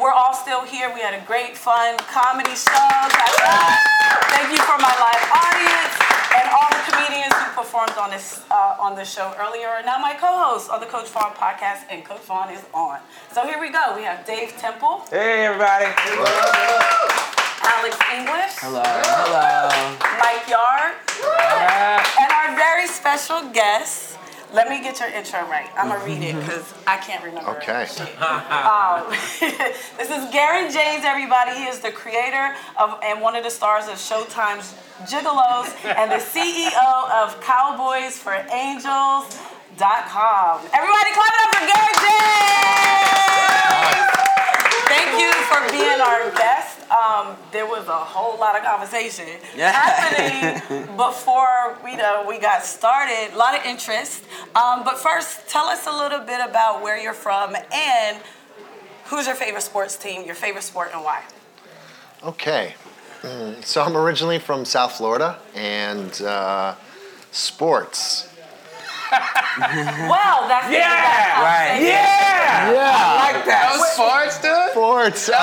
We're all still here. We had a great, fun comedy show. Clap it up. Thank you for my live audience and all the comedians who performed on this uh, on the show earlier. And now my co-host on the Coach Vaughn podcast, and Coach Vaughn is on. So here we go. We have Dave Temple, Hey everybody! Alex English, Hello, hello. Mike Yard, and our very special guest. Let me get your intro right. I'm gonna read it because I can't remember. it. Okay. this is Garen James, everybody. He is the creator of and one of the stars of Showtime's Gigolos and the CEO of Cowboys for Angels.com. Everybody clap it up for Garen James! Thank you for being our guest. Um, there was a whole lot of conversation Yeah. happening before we know we got started. A lot of interest. Um, but first, tell us a little bit about where you're from and Who's your favorite sports team, your favorite sport, and why? Okay. Mm, So I'm originally from South Florida, and uh, sports. Well, that's the Yeah! Right. conversation. Yeah! Yeah. Like that. No sports, dude? Sports. Uh,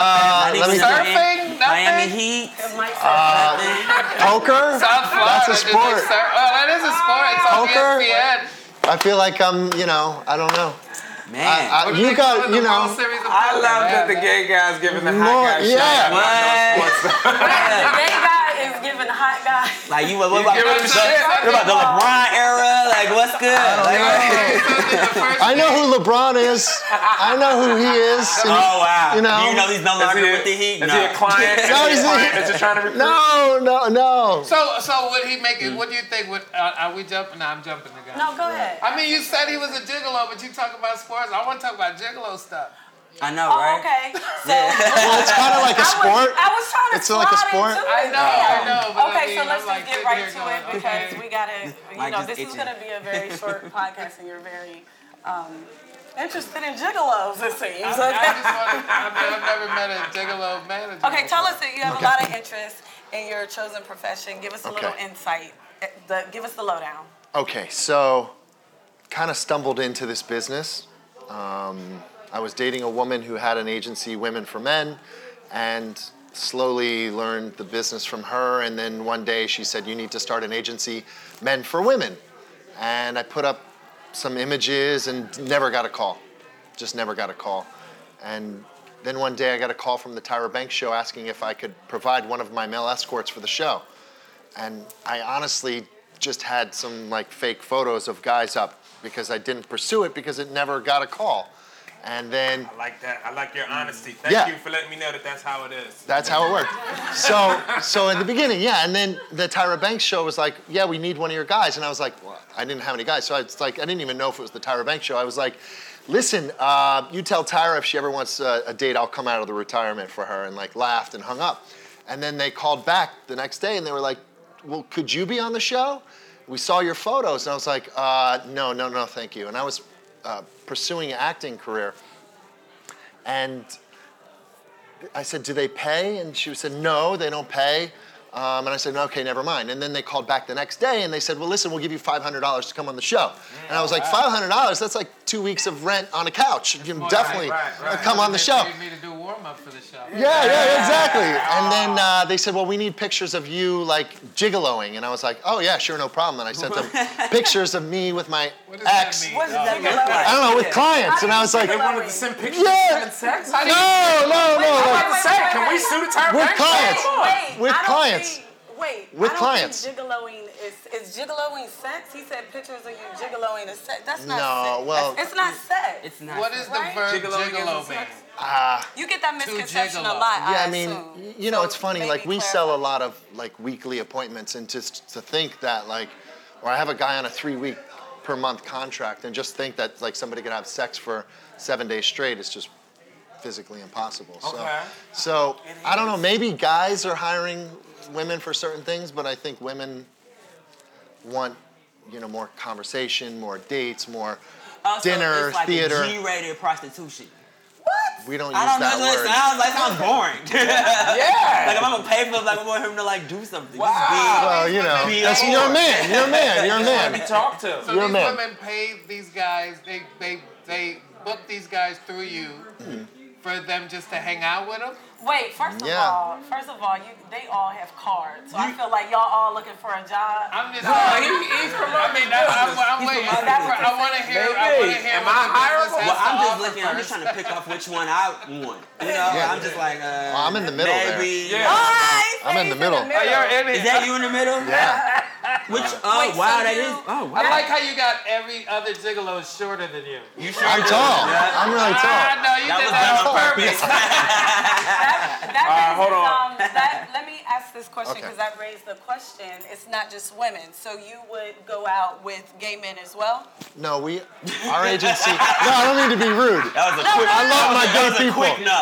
let me Surfing? think. Nothing? Miami Heat. Mike said Poker. That's a sport. Oh, that is a sport. It's on E Poker? ESPN. I feel like I'm. You know. I don't know. Man, I- What do You they got- call it? you The know. World Series of I Poker, love man. that the gay guys giving the hot Lord, guy yeah. shot. What? that. Gay guy is giving hot guy. like you, what, what about, give him the, shit. what about the LeBron era? Like what's good? Like, I know who LeBron is. I know who he is. and- oh wow. You know. you know he's no longer Is with the Heat. Is no. he a client? Is No, he he's a a- client that you're trying to recruit? No, no, no. So, so would he make it? What do you think? Would, uh, are we jumping? No, I'm jumping the gun. No, go ahead. I mean, you said he was a gigolo, but you talk about sports. I want to talk about gigolo stuff. I know, Oh, right? okay. So Well, it's kind of like a I, was, sport. I was trying to It's like a slide sport. into I it. Um, know, I know. But I Okay, mean, so let's I'm like just get sitting right here to going, it because we gotta, you Mike know, just this is itching. gonna be a very short podcast, and you're very um, interested in gigolos, it seems. I just want to, I mean, I've never met a gigolo manager. Okay, tell us that you have Okay. a lot of interest in your chosen profession. Give us a little Okay. insight. Uh, The, give us the lowdown. Okay, so kind of stumbled into this business. Um, I was dating a woman who had an agency, Women for Men, and slowly learned the business from her. And then one day she said, You need to start an agency, Men for Women. And I put up some images and never got a call. Just never got a call. And then one day I got a call from the Tyra Banks show asking if I could provide one of my male escorts for the show and I honestly just had some like fake photos of guys up because I didn't pursue it because it never got a call. And then I like that. I like your honesty. Thank Yeah. you for letting me know that that's how it is. that's how it worked. So so at the beginning, yeah, and then the Tyra Banks show was like, yeah, we need one of your guys, and I was like, well, I didn't have any guys, so it's like I didn't even know if it was the Tyra Banks show. I was like, listen, uh, you tell Tyra if she ever wants a, a date, I'll come out of the retirement for her, and like laughed and hung up. And then they called back the next day and they were like, well, could you be on the show? We saw your photos, and I was like, uh, no, no, no, thank you. And I was uh, pursuing an acting career, and I said, do they pay? And she said, no, they don't pay. Um, and I said, okay, never mind. And then they called back the next day and they said, well, listen, we'll give you $500 to come on the show. and I was like, $500? That's like two weeks of rent on a couch. You can Well, definitely right, right, right. come on the They show. need me to do warm up for the show. Yeah, yeah, exactly. And then uh, they said, well, we need pictures of you like gigoloing. And I was like, oh, yeah, sure, no problem. And I sent them pictures of me with my What does ex. that mean? What does that look I like? don't know, with clients. And I was like, They no, wanted to send pictures Yeah. of having sex. no, no. like, Say, can we sue the Tyra We're Banks? clients. Wait, With I don't clients. think- Wait, With I don't clients. Think gigoloing is is gigoloing sex? He said pictures of you gigoloing is sex. That's not No, sex. well- it's not sex. It's not. What is the Right? verb Gigolo gigolo gives us mean? sex. you get that Two misconception a gigolo. lot. Yeah, I, I mean, assume. y- you know, So it's funny. maybe Like we clarify. sell a lot of like weekly appointments, and just to think that like, or I have a guy on a three-week per month contract, and just think that like somebody could have sex for seven days straight is just physically impossible. Okay. So, so I don't know. Maybe guys are hiring women for certain things, but I think women want you know more conversation, more dates, more. Also, dinner, it's like theater. G-rated prostitution. We don't use I don't know. that word. Listen, I was like, sounds boring. Yeah. like if I'm gonna pay for, it, like I want him to like do something. Wow. Well, you know, Be that's, like- you're a man. You're a man. You're a man. Talk to him. So You're a these man. women paid these guys. They they they booked these guys through you for them just to hang out with them? Wait, first of Yeah. all, first of all, you they all have cards, so I feel like y'all all looking for a job. I'm just. Oh, I he, he's promoting mean, that, I'm, business. He's I'm waiting. promoting That's business. I want to hear. I Baby, want to hear. am what I the business hireable? has to Well, I'm just offer looking. I'm just first. trying to pick up which one I want. You know, Yeah. I'm just like. Uh, I'm in the middle there. maybe. Yeah. Alright, I'm in Oh, he's the middle. Oh, you're in it. Is that you in the middle? Yeah. Which? Oh Wait, so wow, that you- is. Oh wow. I like how you got every other gigolo shorter than you. You sure? I'm did. tall. I'm really Ah, tall. no, you That did was that done on on purpose. That, that Alright, hold raises, on. Um, that, let me ask this question Okay. because that raised the question. It's not just women, so you would go out with gay men as well. No, we, our agency. No, I don't need to be rude. That was a quick. I love my that gay was a people. quick no.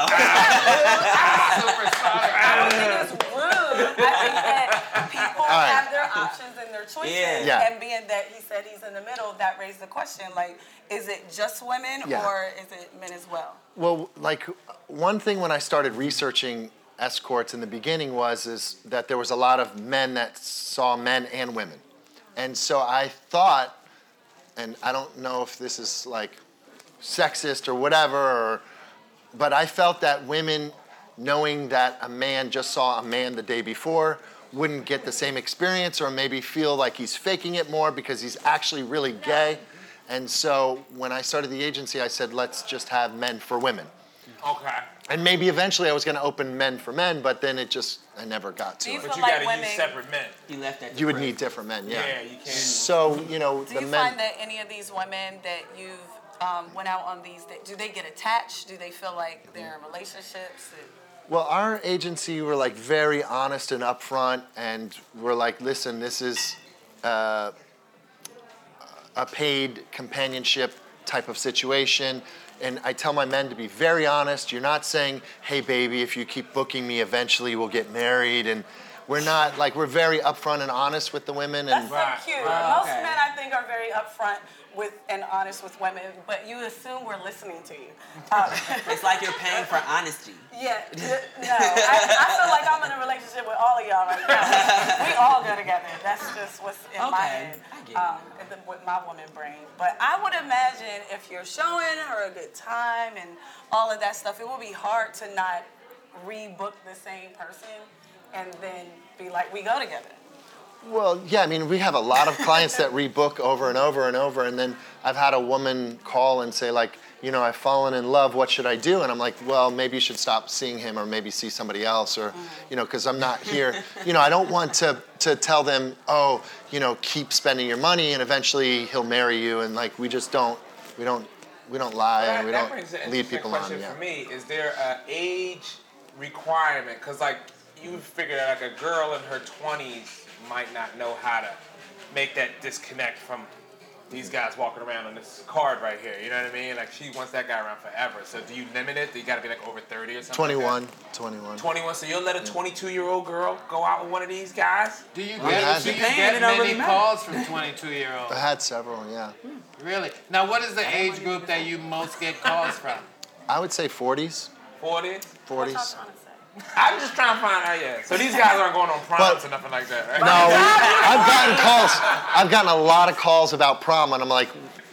Supersonic. I think it's rude. I think that people right. have their options and their choices. Yeah. Yeah. And being that he said he's in the middle, that raised the question: like, is it just women Yeah. or is it men as well? Well, like one thing when I started researching escorts in the beginning was is that there was a lot of men that saw men and women, and so I thought, and I don't know if this is like sexist or whatever, or, but I felt that women knowing that a man just saw a man the day before wouldn't get the same experience or maybe feel like he's faking it more because he's actually really gay. And so when I started the agency, I said, let's just have men for women. Okay. And maybe eventually I was going to open men for men, but then it just, I never got to Do you it. But But you like gotta women- use separate men. You left that. You would need different men, yeah. Yeah, you can. So, you know, Do the you men. find that any of these women that you've um, went out on these, that, do they get attached? Do they feel like they're in relationships? Well, our agency were like very honest and upfront, and we're like, listen, this is uh, a paid companionship type of situation. And I tell my men to be very honest. You're not saying, hey, baby, if you keep booking me, eventually we'll get married. And we're not like, we're very upfront and honest with the women. That's And Right, so cute. right. Most Okay. men, I think, are very upfront with and honest with women, but you assume we're listening to you. It's like you're paying for honesty. Yeah, th- no. I, I feel like I'm in a relationship with all of y'all right now. we all go together. That's just what's in my Okay, head, I get it. um, in the- with my woman brain. But I would imagine if you're showing her a good time and all of that stuff, it will be hard to not rebook the same person and then be like, we go together. Well, yeah, I mean, we have a lot of clients that rebook over and over and over. And then I've had a woman call and say, like, you know, I've fallen in love. What should I do? And I'm like, well, maybe you should stop seeing him or maybe see somebody else or, you know, because I'm not here. you know, I don't want to, to tell them, oh, you know, keep spending your money and eventually he'll marry you. And like, we just don't, we don't, we don't lie That- and we that don't brings an lead interesting people on. question yeah. for me is there a age requirement? Because like you would figure that like a girl in her twenties might not know how to make that disconnect from these Mm-hmm. guys walking around on this card right here. You know what I mean? Like she wants that guy around forever. So do you limit it? Do you got to be like over thirty or something? like that? 21, 21. 21, so you'll let Mm. a 22 year old girl go out with one of these guys? Do you yeah, get, do you she can, get it don't many really matter. calls from 22 year olds? I had several, yeah. Really? Now, what is the age group that you most get calls from? I would say 40s, 40? 40s. That's what I'm trying to say. I'm just trying to find out, yeah. So these guys aren't going on proms But- or nothing like that, right? No, we- I've gotten calls. I've gotten a lot of calls about prom, and I'm like,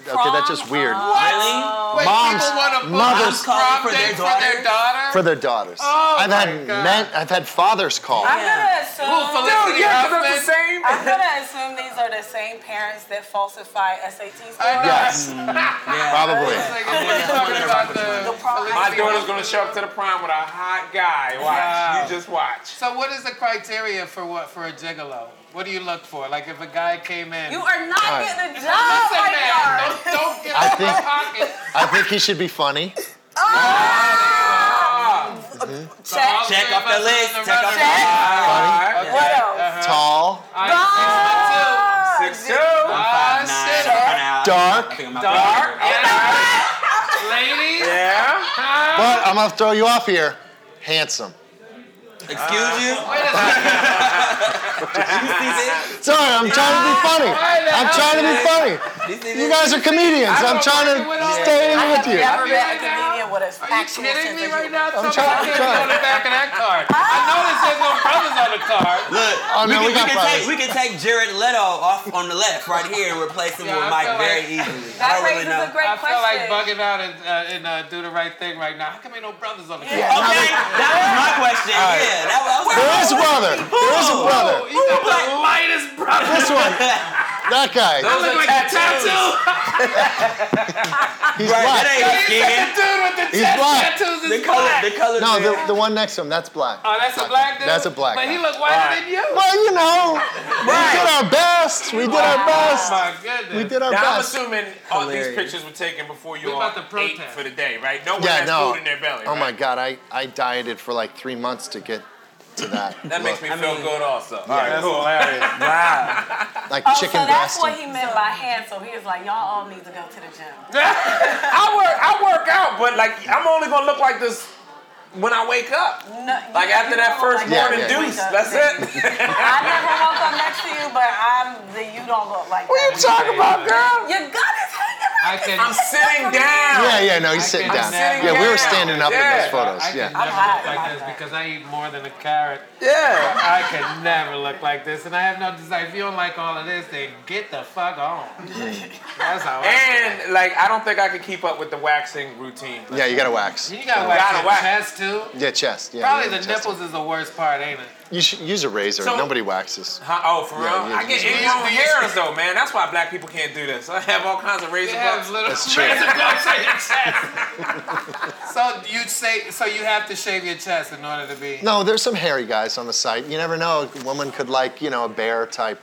okay, that's just weird. Really? Wait, Moms- people want to book mothers- a prom for their date for their daughter? For their daughters. Oh I've my had God. men, I've had fathers call. I'm Yeah. gonna assume. Who, Felicity Oh, Yeah, 'cause Huffman? that's the same. I'm gonna assume these are the same parents that falsify SAT scores. Uh, I know. Yes, Yeah. probably. It's like, I'm we're gonna- I'm talking gonna about rock the with mine. Felicity My daughter's Huffman. gonna show up to the prom with a hot guy. Watch. Wow. You just watch. So, what is the criteria for what for a gigolo? What do you look for? Like, if a guy came in. You are not Alright. getting a job, Listen, my man, yard. don't, don't get I out of my think- pocket. I think he should be funny. Check. Check off the list. Check off the Check. list. Funny, Okay. What else? Uh, tall, I, Ah, Six two. dude. I'm Ah, five shit. nine. I'm coming out. Dark. I think I'm out. Dark. Yeah. Ladies, yeah. but I'm gonna throw you off here. Handsome. Excuse you. wait a second. Sorry, I'm trying to be Ah, funny. I'm trying to be funny. You see You this? guys are comedians. I'm trying to stay in I with have you. never you met a right now? comedian with an Are you actual kidding sense me of right humor. now? Somebody trying- I'm can't trying. go on the back of that card. I noticed there's no brothers on the card. Look, Oh, we, no, can, we got can brothers. take, we can take Jared Leto off on the left right here and replace him Yeah, with I Mike feel very like- easily. I That don't really raises know. a great I question. feel like bugging out and, uh, and uh, do the right thing right now. How come ain't no brothers on the card? Yeah, Okay, that was my question. Yeah, that was. I was There is a like, brother. There is a Whoa. Oh, brother. you got Black- the lightest brother. This one. That guy. Those Look are like a tattoos. tattoo. He's Right, black. that He's ain't like skin. the dude with the He's tat- black. tattoos The is color, black. the color. No, there. the, the one next to him, that's black. Oh, that's a black dude. That's a black But he guy. look whiter Alright. than you. Well, you know, we did our best. We did our Oh best. my goodness. We did our Now I'm best. assuming all these Hilarious. pictures were taken before you We all about to ate protest. for the day, right? No one Yeah, has no. food in their belly. Oh my right? God, I, I dieted for like three months to get to that. That makes me I feel mean- good also. All That's hilarious. Wow. Like Oh, chicken so that's breast. what and- he meant by hand. So he was like, y'all all need to go to the gym. I work I work out, but like I'm only gonna look like this when I wake up. No, Like you- after you that don't first look Yeah, morning yeah, you deuce, look that's like- it. I never woke up next to you, but I'm the you don't look like What are that. you talking about, girl? Your gut is hanging out. I can. I'm sitting down. Yeah, yeah, no, he's sitting can down. never- Yeah, we were Yeah. standing up in Yeah. those photos. I can Yeah. never hot look like about this that. because I eat more than a carrot. Yeah. I can never look like this, and I have no desire. If you don't like all of this, then get the fuck on. That's how. I And like I don't think I could keep up with the waxing routine. Yeah, you gotta wax. feel. you gotta wax Gotta your wax. chest too. Yeah, chest. Yeah, Probably yeah, the chest. nipples is the worst part, ain't it? You should use a razor. So- Nobody waxes. Huh? Oh, for Yeah, real? yeah, I get yeah. itchy over hairs though, man. That's why black people can't do this. I have all kinds of They razor have bumps. little That's true. razor bumps on your chest. so you say, so you have to shave your chest in order to be. No, there's some hairy guys on the site. You never know. A woman could like, you know, a bear type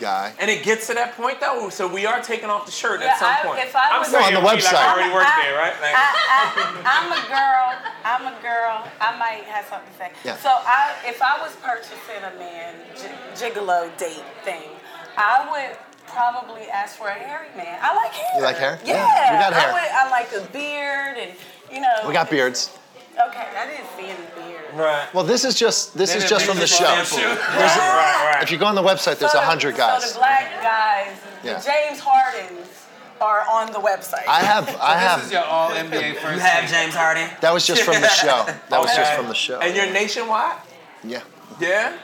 guy. And it gets to that point though, so we are taking off the shirt Yeah, at some I- point. if I I'm was- saying On the it'd be like website. I already worked I- there, right? Like, I, I, I'm a girl. I'm a girl. I might have something to say. Yeah. So I, if I was purchasing a man gi- gigolo date thing, I would probably ask for a hairy man. I like hair. You like hair? Yeah. Yeah, we got hair. I, would, I like a beard and you know. We got beards. Okay, I didn't see any beard. right. Well, this is just this is just from the show. Right, right. If you go on the website, there's So a the- hundred So guys. the black guys, Yeah. the James Hardens, are on the website. I have I This have is your all NBA You first. have team. James Harden. that was just from the show. That was just Okay. from the show. And you're nationwide? Yeah. Yeah?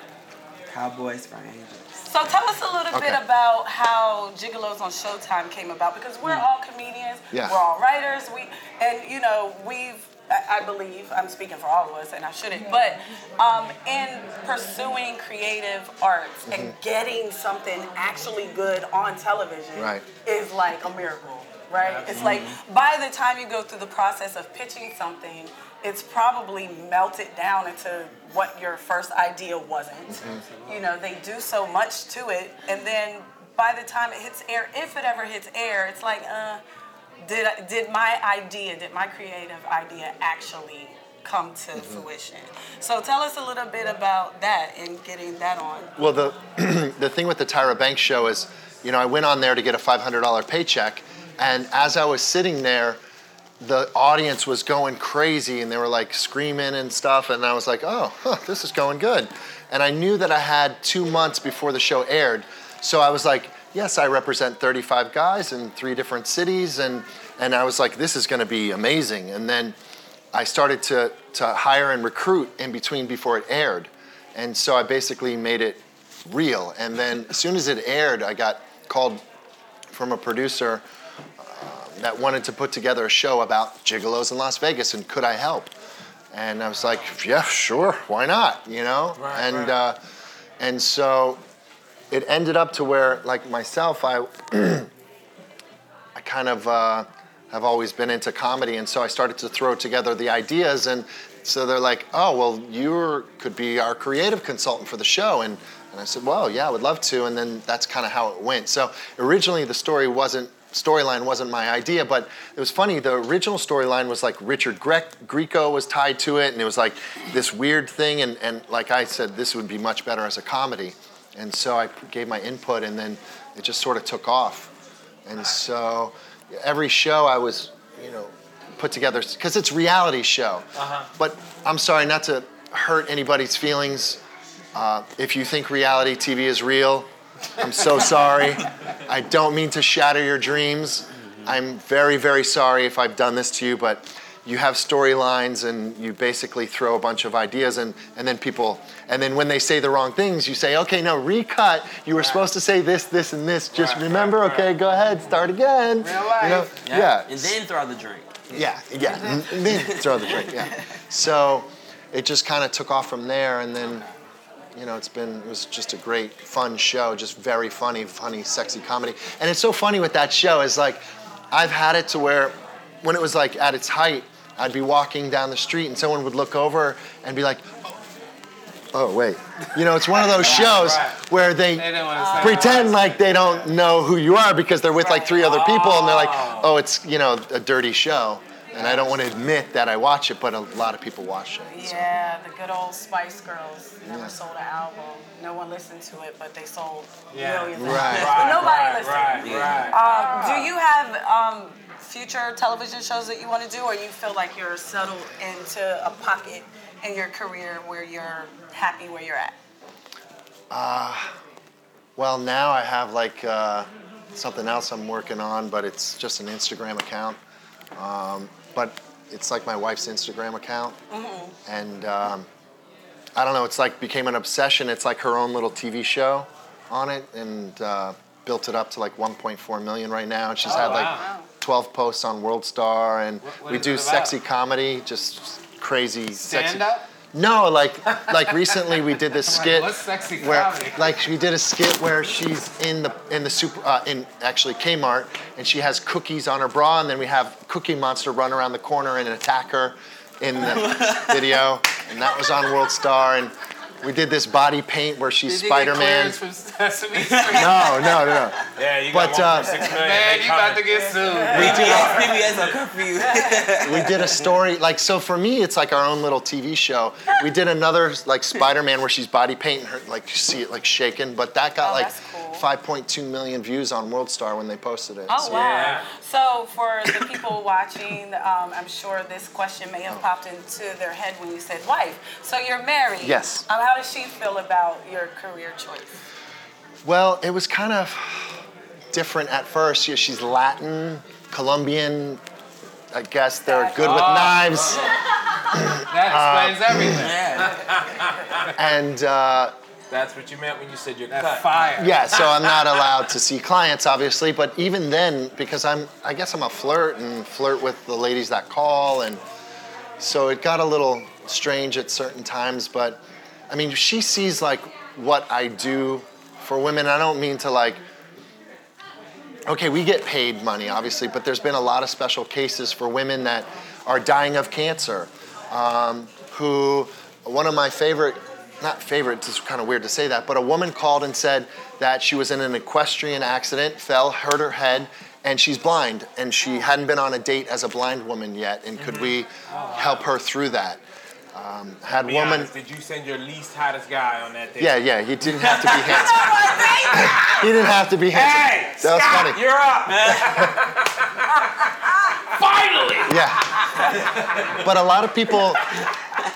Cowboys for Angels. So tell us a little Okay. bit about how Gigolos on Showtime came about because we're all comedians, Hmm. Yeah. we're all writers, we and you know we've I I believe I'm speaking for all of us and I shouldn't, but um, in pursuing creative arts and Mm-hmm. getting something actually good on television Right. is like a miracle, right? It's like by the time you go through the process of pitching something, it's probably melted down into what your first idea wasn't. You know, they do so much to it, and then by the time it hits air, if it ever hits air, it's like, uh, did I, did my idea, did my creative idea actually come to fruition? So tell us a little bit about that and getting that on. Well, the the thing with the Tyra Banks show is, you know, I went on there to get a $500 paycheck, and as I was sitting there, the audience was going crazy and they were like screaming and stuff, and I was like, oh, huh, this is going good, and I knew that I had two months before the show aired, so I was like, yes, I represent 35 guys in three different cities, and and I was like, this is going to be amazing, and then. I started to, to hire and recruit in between before it aired. And so I basically made it real. And then as soon as it aired, I got called from a producer uh, that wanted to put together a show about gigolos in Las Vegas and could I help? And I was like, yeah, sure, why not? You know? Right, and right. Uh, and so it ended up to where, like myself, I I kind of uh, have always been into comedy, and so I started to throw together the ideas, and so they're like, "Oh, well, you could be our creative consultant for the show," and and I said, "Well, yeah, I would love to," and then that's kind of how it went. So originally, the story wasn't storyline wasn't my idea, but it was funny. The original storyline was like Richard Gre- Grieco was tied to it, and it was like this weird thing, and and like I said, this would be much better as a comedy, and so I gave my input, and then it just sort of took off. And so every show I was, you know, put together because it's reality show. But I'm sorry not to hurt anybody's feelings. Uh, if you think reality TV is real, I'm so sorry. I don't mean to shatter your dreams. I'm very, very sorry if I've done this to you, but you have storylines and you basically throw a bunch of ideas and and then people and then when they say the wrong things you say okay no recut you were supposed to say this this and this just Right, remember right, right. okay go ahead start again Real You know? life. yeah, And then throw out the drink. yeah, yeah. And then throw the drink. Yeah. So it just kind of took off from there, and then you know it's been it was just a great fun show, just very funny, funny, sexy comedy. And it's so funny with that show is like I've had it to where when it was like at its height, I'd be walking down the street and someone would look over and be like. Oh wait, you know it's one of those shows right. where they They didn't want to say Uh, pretend like they don't know who you are because they're with like three other people and they're like, oh, it's you know a dirty show, and I don't want to admit that I watch it, but a lot of people watch it. so. Yeah, the good old Spice Girls never Yeah. sold an album. No one listened to it, but they sold Yeah. millions. Right. Of albums. but nobody right, listened. right, right. Um, do you have um, future television shows that you want to do, or you feel like you're settled into a pocket in your career where you're happy where you're at? Well, now I have like uh, something else I'm working on, but it's just an Instagram account. Um, but it's like my wife's Instagram account, Mm-hmm. and um, I don't know. It's like became an obsession. It's like her own little TV show on it, and uh, built it up to like 1.4 million right now. And she's had like Oh, wow. 12 posts on World Star, and what we is do it about? sexy comedy, just crazy Stand sexy. up? No, like like recently we did this skit what's sexy where comedy? like she did a skit where she's in the in the super uh, in actually Kmart and she has cookies on her bra and then we have Cookie Monster run around the corner and attack her in the video and that was on World Star and we did this body paint where she's Did you get Spider Man. clearance from Sesame Street? No, no, no, no. Yeah, you But, got 1.6 uh, million. Man, they you about to coming. get sued. PBS, PBS on curfew. we did a story like so for me it's like our own little tv show we did another like spider-man where she's body painting her like you see it like shaking but that got Oh, like that's cool. 5.2 million views on world star when they posted it Oh so- wow! Yeah. So for the people watching, um, I'm sure this question may have popped into their head when you said wife. So you're married. Yes. Um, how does she feel about your career choice? well it was kind of different at first yeah, she's latin colombian i guess they're good with Ah. knives Uh, That explains everything. yeah. and uh, That's what you meant when you said you're cut. That's fire. Yeah, so I'm not allowed to see clients, obviously. But even then, because I'm, I guess I'm a flirt and flirt with the ladies that call, and so it got a little strange at certain times. But I mean, she sees like what I do for women. I don't mean to like. Okay, we get paid money, obviously, but there's been a lot of special cases for women that are dying of cancer. Um, who, one of my favorite not favorite, it's just kind of weird to say that, but a woman called and said that she was in an equestrian accident, fell, hurt her head, and she's blind. And she hadn't been on a date as a blind woman yet. And could we help her through that? Um, had Be woman. honest, did you send your least hottest guy on that thing? Yeah, yeah, he didn't have to be handsome. he didn't have to be handsome. Hey, that was Scott, you're up. funny. Finally. Yeah. But a lot of people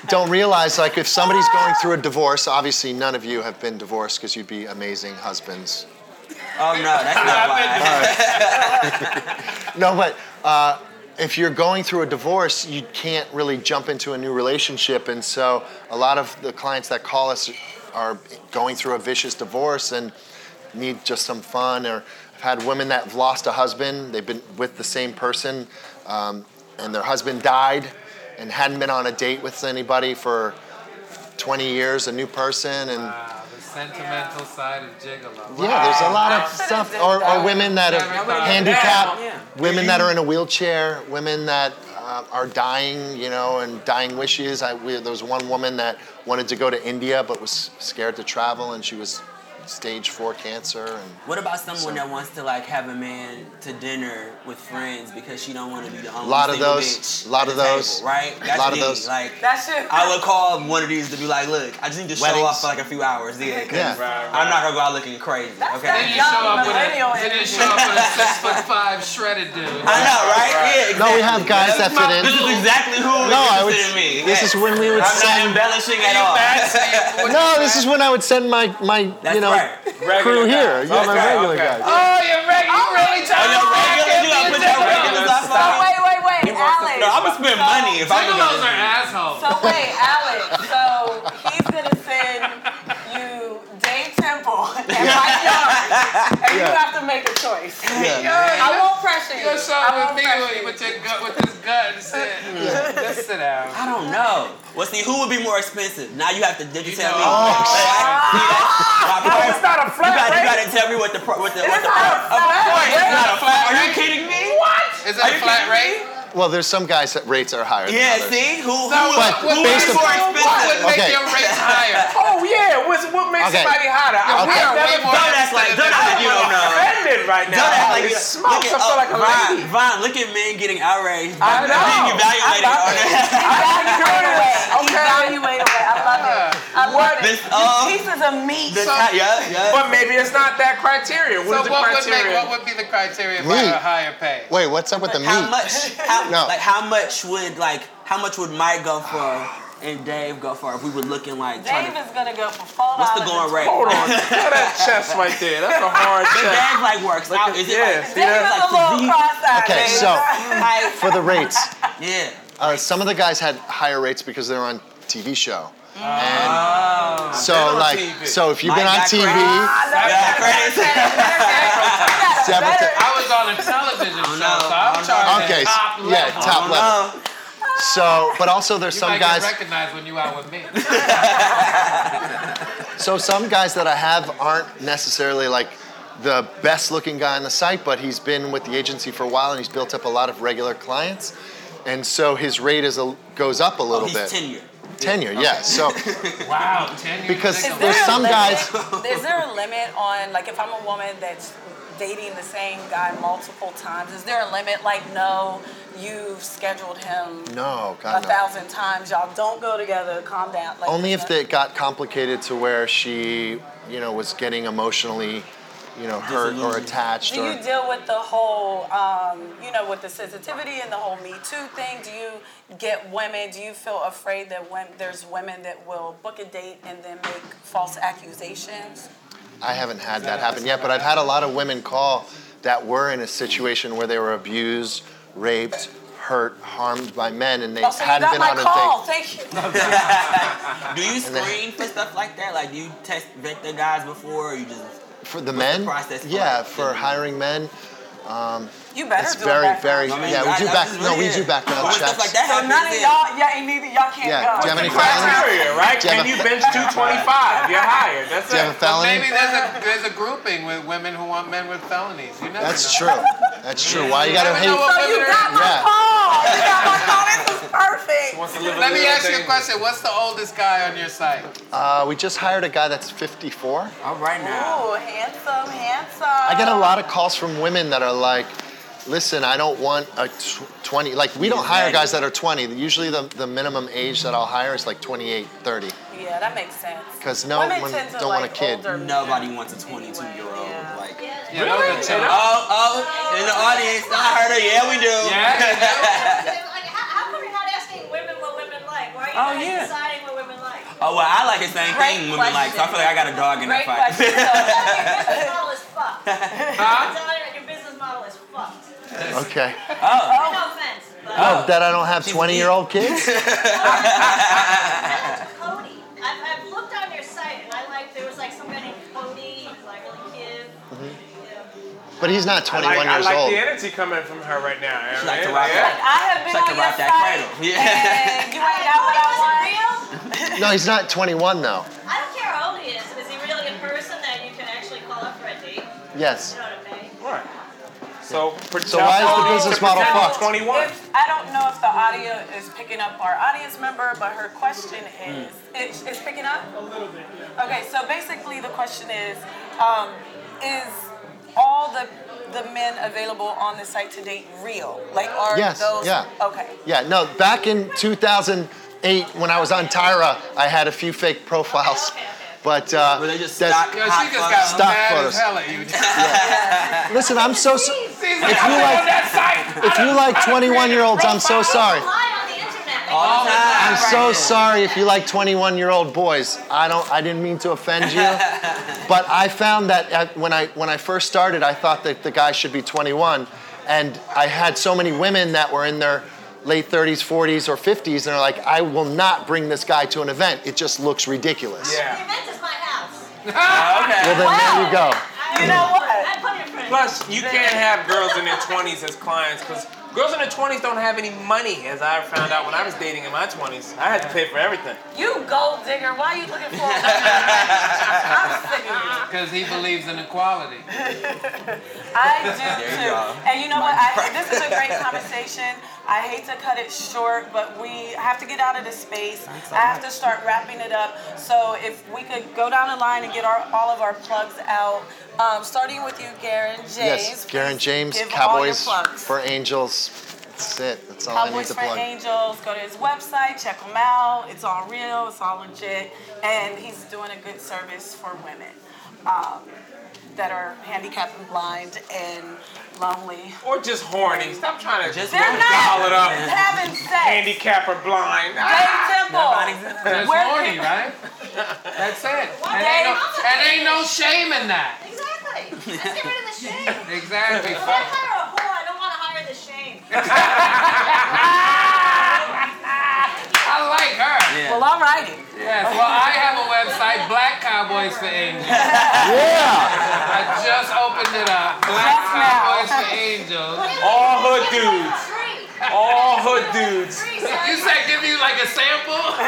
don't realize, like, if somebody's going through a divorce, obviously none of you have been divorced because you'd be amazing husbands. Oh no, that's not why. No, but uh, if you're going through a divorce, you can't really jump into a new relationship. And so a lot of the clients that call us are going through a vicious divorce and need just some fun. Or I've had women that have lost a husband, they've been with the same person, um, and their husband died and hadn't been on a date with anybody for 20 years, a new person. And Wow, the sentimental side of Gigolo. yeah, there's a lot Wow. of stuff. Or, or women that Everybody are handicapped, down. women that are in a wheelchair, women that uh, are dying, you know, and dying wishes. I, we, there was one woman that wanted to go to India but was scared to travel, and she was stage four cancer. And What about someone that wants to like have a man to dinner with friends because she don't want to be the only Lot of single those, bitch lot of at the table, those, right? That's lot of me. those. Like That's it. I would call one of these to be like, look, I just need to show up Weddings. for like a few hours, yeah, Yeah. because Right, I'm not gonna go out looking crazy, That's that Then okay? you Young show up with millennial a, then you energy. show up with a six foot five shredded dude. I know, right? Right. Yeah, exactly. No, we have guys that That's fit my- in. This is exactly who no, no, I would. me. This Yes. is when we would I'm not send. embellishing at all. No, this is when I would send my my That's you know right. Regular crew guy. here. Yeah, my Okay, regular okay. guys. Oh, you're right. You really Oh, trying your to regulars, you gotta put your regulars Oh, outside. wait, wait, wait, He wants to Alex. No, I'm gonna spend money if I'm Gigolos are gonna. assholes. So wait, Alex. So he's gonna send you Dave Temple and Mike Young, and you Yeah. have to make a choice. Yeah, I won't pressure you. You're so I won't with me pressure you. with your gut, with this gut and shit. Just sit down. I don't know. Well, see, who would be more expensive? Now you have to digitally. know. Oh, Oh, It's not a You flat gotta, you rate. gotta tell me what the pro, what the what It's the. not a flat It's rate. not a flat. Are you rate. kidding me? What? Is that a flat rate? Well, there's some guys that rates are higher. than Yeah. others. See, who So who, would- But who would based be more upon- What would expensive? make Okay. your rates higher? Oh yeah, what's what makes Okay. somebody hotter? I, Okay. we are Way way more more Don't act like- expensive don't than act like that. you don't know. offended right now. Don't act like Holy you. smokes, look at- I feel like a oh, Vine, lady. Vine, look at men getting outraged. I by know. Being evaluated. I on Evaluate that. away. Okay. Evaluate away. I love it. I love it. This, uh, Pieces of meat. This, So- yeah, yeah. But maybe it's not that criteria. What is So the what would make criteria? what would be the criteria for Me. a higher pay? Wait, what's up with the meat? How much? How, No. Like how much would like how much would Mike go for and Dave go for if we were looking like trying Dave to? is gonna go for four What's dollars. the going rate? Hold on, look at that chest right there. That's a hard chest. Dave like works out. at- Is yeah, it see like, Dave is a like little physique? cross-eyed. Okay, Dave. so Like, for the rates, yeah. uh, some of the guys had higher rates because they were on TV show. And so They're on like, TV. so if you've been Mike on got TV, I love Yeah, it. crazy. Better, better, Seven better. to- I was on a television show, know. so I'm charging okay, top level. yeah, top level. Oh, So, but also there's You some might guys. get recognized when you out with me. So some guys that I have aren't necessarily like the best looking guy on the site, but he's been with the agency for a while and he's built up a lot of regular clients, and so his rate is a, goes up a little Oh, he's bit. tenure. Tenure, yeah. So wow, ten years. Because is a there's lot. some guys- limit- Is there a limit on like if I'm a woman that's dating the same guy multiple times? Is there a limit? Like, no, you've scheduled him no, a God no. thousand times. Y'all don't go together. Calm down. Like, Only there's if no- it got complicated to where she, you know, was getting emotionally, you know, hurt or Disillusioned. attached Do or. you deal with the whole, um, you know, with the sensitivity and the whole Me Too thing? Do you get women? Do you feel afraid that when there's women that will book a date and then make false accusations? I haven't had that happen yet, but I've had a lot of women call that were in a situation where they were abused, raped, hurt, harmed by men, and they Oh, so you hadn't got been my on call. a date. Thank you. Do you then- screen for stuff like that? Like, do you test vet the guys before, or you just? For the men, process for yeah, it? for hiring men, You better it's do very, a background very- check. I mean, Yeah, we I- do I- back- this is no, what we it do is. background When checks. Stuff like that So happens. none of then- y'all, yeah, ain't neither y'all can't Yeah, go. do you have any felonies? Criteria, right? Do you Can have you a- bench 225? You're hired. That's Do you have a it. felony? Maybe there's a there's a grouping with women who want men with felonies. You never That's know. true. That's true. Why you gotta Never know hate? what So you women are- got my Yeah. call. You got my call. This is perfect. Wants to live a Let me little ask you a thing. question. What's the oldest guy on your site? Uh, we just hired a guy that's 54. All right now. Ooh, handsome, handsome. I get a lot Oh. of calls from women that are like, listen, I don't want a tw- 20. Like, we don't hire guys that are 20. Usually, the, the minimum age that I'll hire is like 28, 30. Yeah, that makes sense. 'Cause no Women one- tend to don't like want a kid. older men. Nobody wants a 22 year old. Yeah. Like, You know the Really? two. oh, oh, in the audience, I heard her. Yeah, we do. Yeah. Like, how, how come you're not asking women what women like? Why Oh, are you not yeah. deciding what women like? Oh well, I like the same Great thing women like, so I question. feel like I got a dog in Great that fight. question. So, Your business model is fucked. I'm telling you, your business model is fucked. Okay. Oh. No offense, but Oh, that I don't have 20 year old kids? Cody. I've, I've looked on your site and I like there was like some guy named Cody. He was like a little kid. Yeah. But he's not 21 Like, I years like old. the energy coming from her right now. She like to Yeah. rock Yeah. out. I have been Suck on the your rock that site, cradle. Yeah. and you ain't got what I Cody want. wasn't real. No, he's not 21 though. I don't care how old he is. Is he really a person that you can actually call up for a date? You Yes. know what I mean? Right. So, So why is the business model pretend fucked? he's 21. If, I don't know if the audio is picking up our audience member, but her question is, it's, it's picking up? Hmm. A little bit, yeah. Okay, so basically the question is, um, is all the, the men available on the site to date real? Like, are Yes, those? yeah. Okay. Yeah, no, back in 2008 when I was on Tyra, I had a few fake profiles. But uh, Were they just that's- stock- Yo, Hot she just fuck. got Stock mad photos. as hell at you. listen, I'm so, so She's If like, you I'm like- on that site. if you like 21 year olds, I'm so sorry. Lie on the internet. All the time. I'm so sorry if you like 21 year old boys. I don't. I didn't mean to offend you, but I found that at, when I when I first started, I thought that the guy should be 21, and I had so many women that were in their late 30s, 40s, or 50s, and they're like, I will not bring this guy to an event. It just looks ridiculous. The Yeah. event is my house. Well, okay. then there you go. I- You know what? I put it in front. Plus, you can't have girls in their 20s as clients because girls in their 20s don't have any money, as I found out when I was dating in my 20s. I had to pay for everything. You gold digger. Why are you looking for a woman? I'm sick of you. Because he believes in equality. I do There you too. go. and you know what? I, this is a great conversation. I hate to cut it short, but we have to get out of this space. I have to start wrapping it up. So if we could go down the line and get our all of our plugs out, um, starting with you, Garen James. Yes, Garen please James, give all your Cowboys plugs. for Angels. That's it. That's all I need Cowboys to for plug. Angels. Go to his website, check him out. It's all real, it's all legit, and he's doing a good service for women um, that are handicapped and blind and lonely. Or just horny. Stop trying to Just just They're Don't not doll it up. having sex. handicap or blind. Dave Ah! Temple. That's Where horny, can- right? That's it. And They- ain't, no, and ain't no shame in that. Exactly. Let's get rid of the shame. Exactly. If I hire a whore, I don't want to hire the shame. I like her. Yeah. Well, all righty. Yes. Well, I have a website, Black Cowboys for Angels. Yeah! I just opened it up. Black Just now. Cowboys for Angels. All hood Give away dudes. free. Ah, All hood Give away dudes. free, You so- said give me like a sample? No, Oh!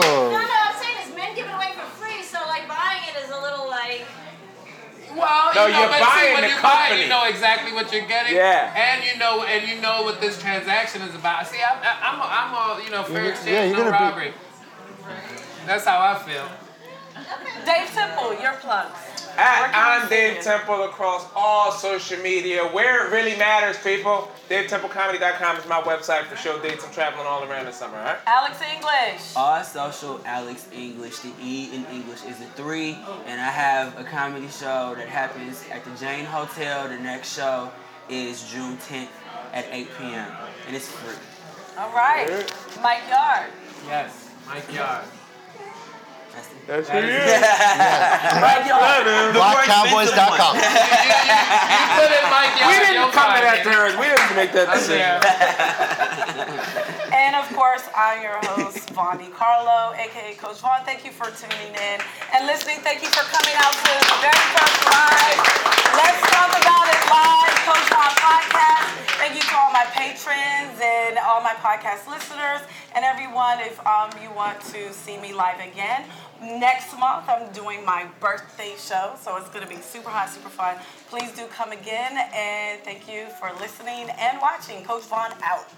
no, I'm saying is men give it away for free, so like buying it is a little like. Well, No, you know, you're but see, buying when the you buy it, company. you know exactly what you're getting. Yeah. And you know, and you know what this transaction is about. See, I'm, I'm, I'm all, you know, fair yeah, exchange, you're no gonna be- robbery. That's how I feel. Dave Temple, your plugs. Where At can we I'm see Dave you? Temple across all social media. Where it really matters, people. DaveTempleComedy.com is my website for show dates. I'm traveling all around this summer, all right? Alex English. All social Alex English. The E in English is a three, and I have a comedy show that happens at the Jane Hotel. The next show is June 10th at 8 p.m. and it's free. All right. Mike Yard. Yes, Mike Yard. That's it. That's for you. BlackCowboys.com. You, you, you put in Mike Yard. We didn't you'll come to find that it. terrorist. We didn't make that I'm decision. there. And of course, I'm your host, Vonnie Carlo, aka Coach Vaughn. Thank you for tuning in and listening. Thank you for coming out to the very first live. Let's talk about it live, Coach Vaughn podcast. Thank you to all my patrons and all my podcast listeners and everyone. If um, you want to see me live again next month, I'm doing my birthday show, so it's gonna be super hot, super fun. Please do come again, and thank you for listening and watching. Coach Vaughn out.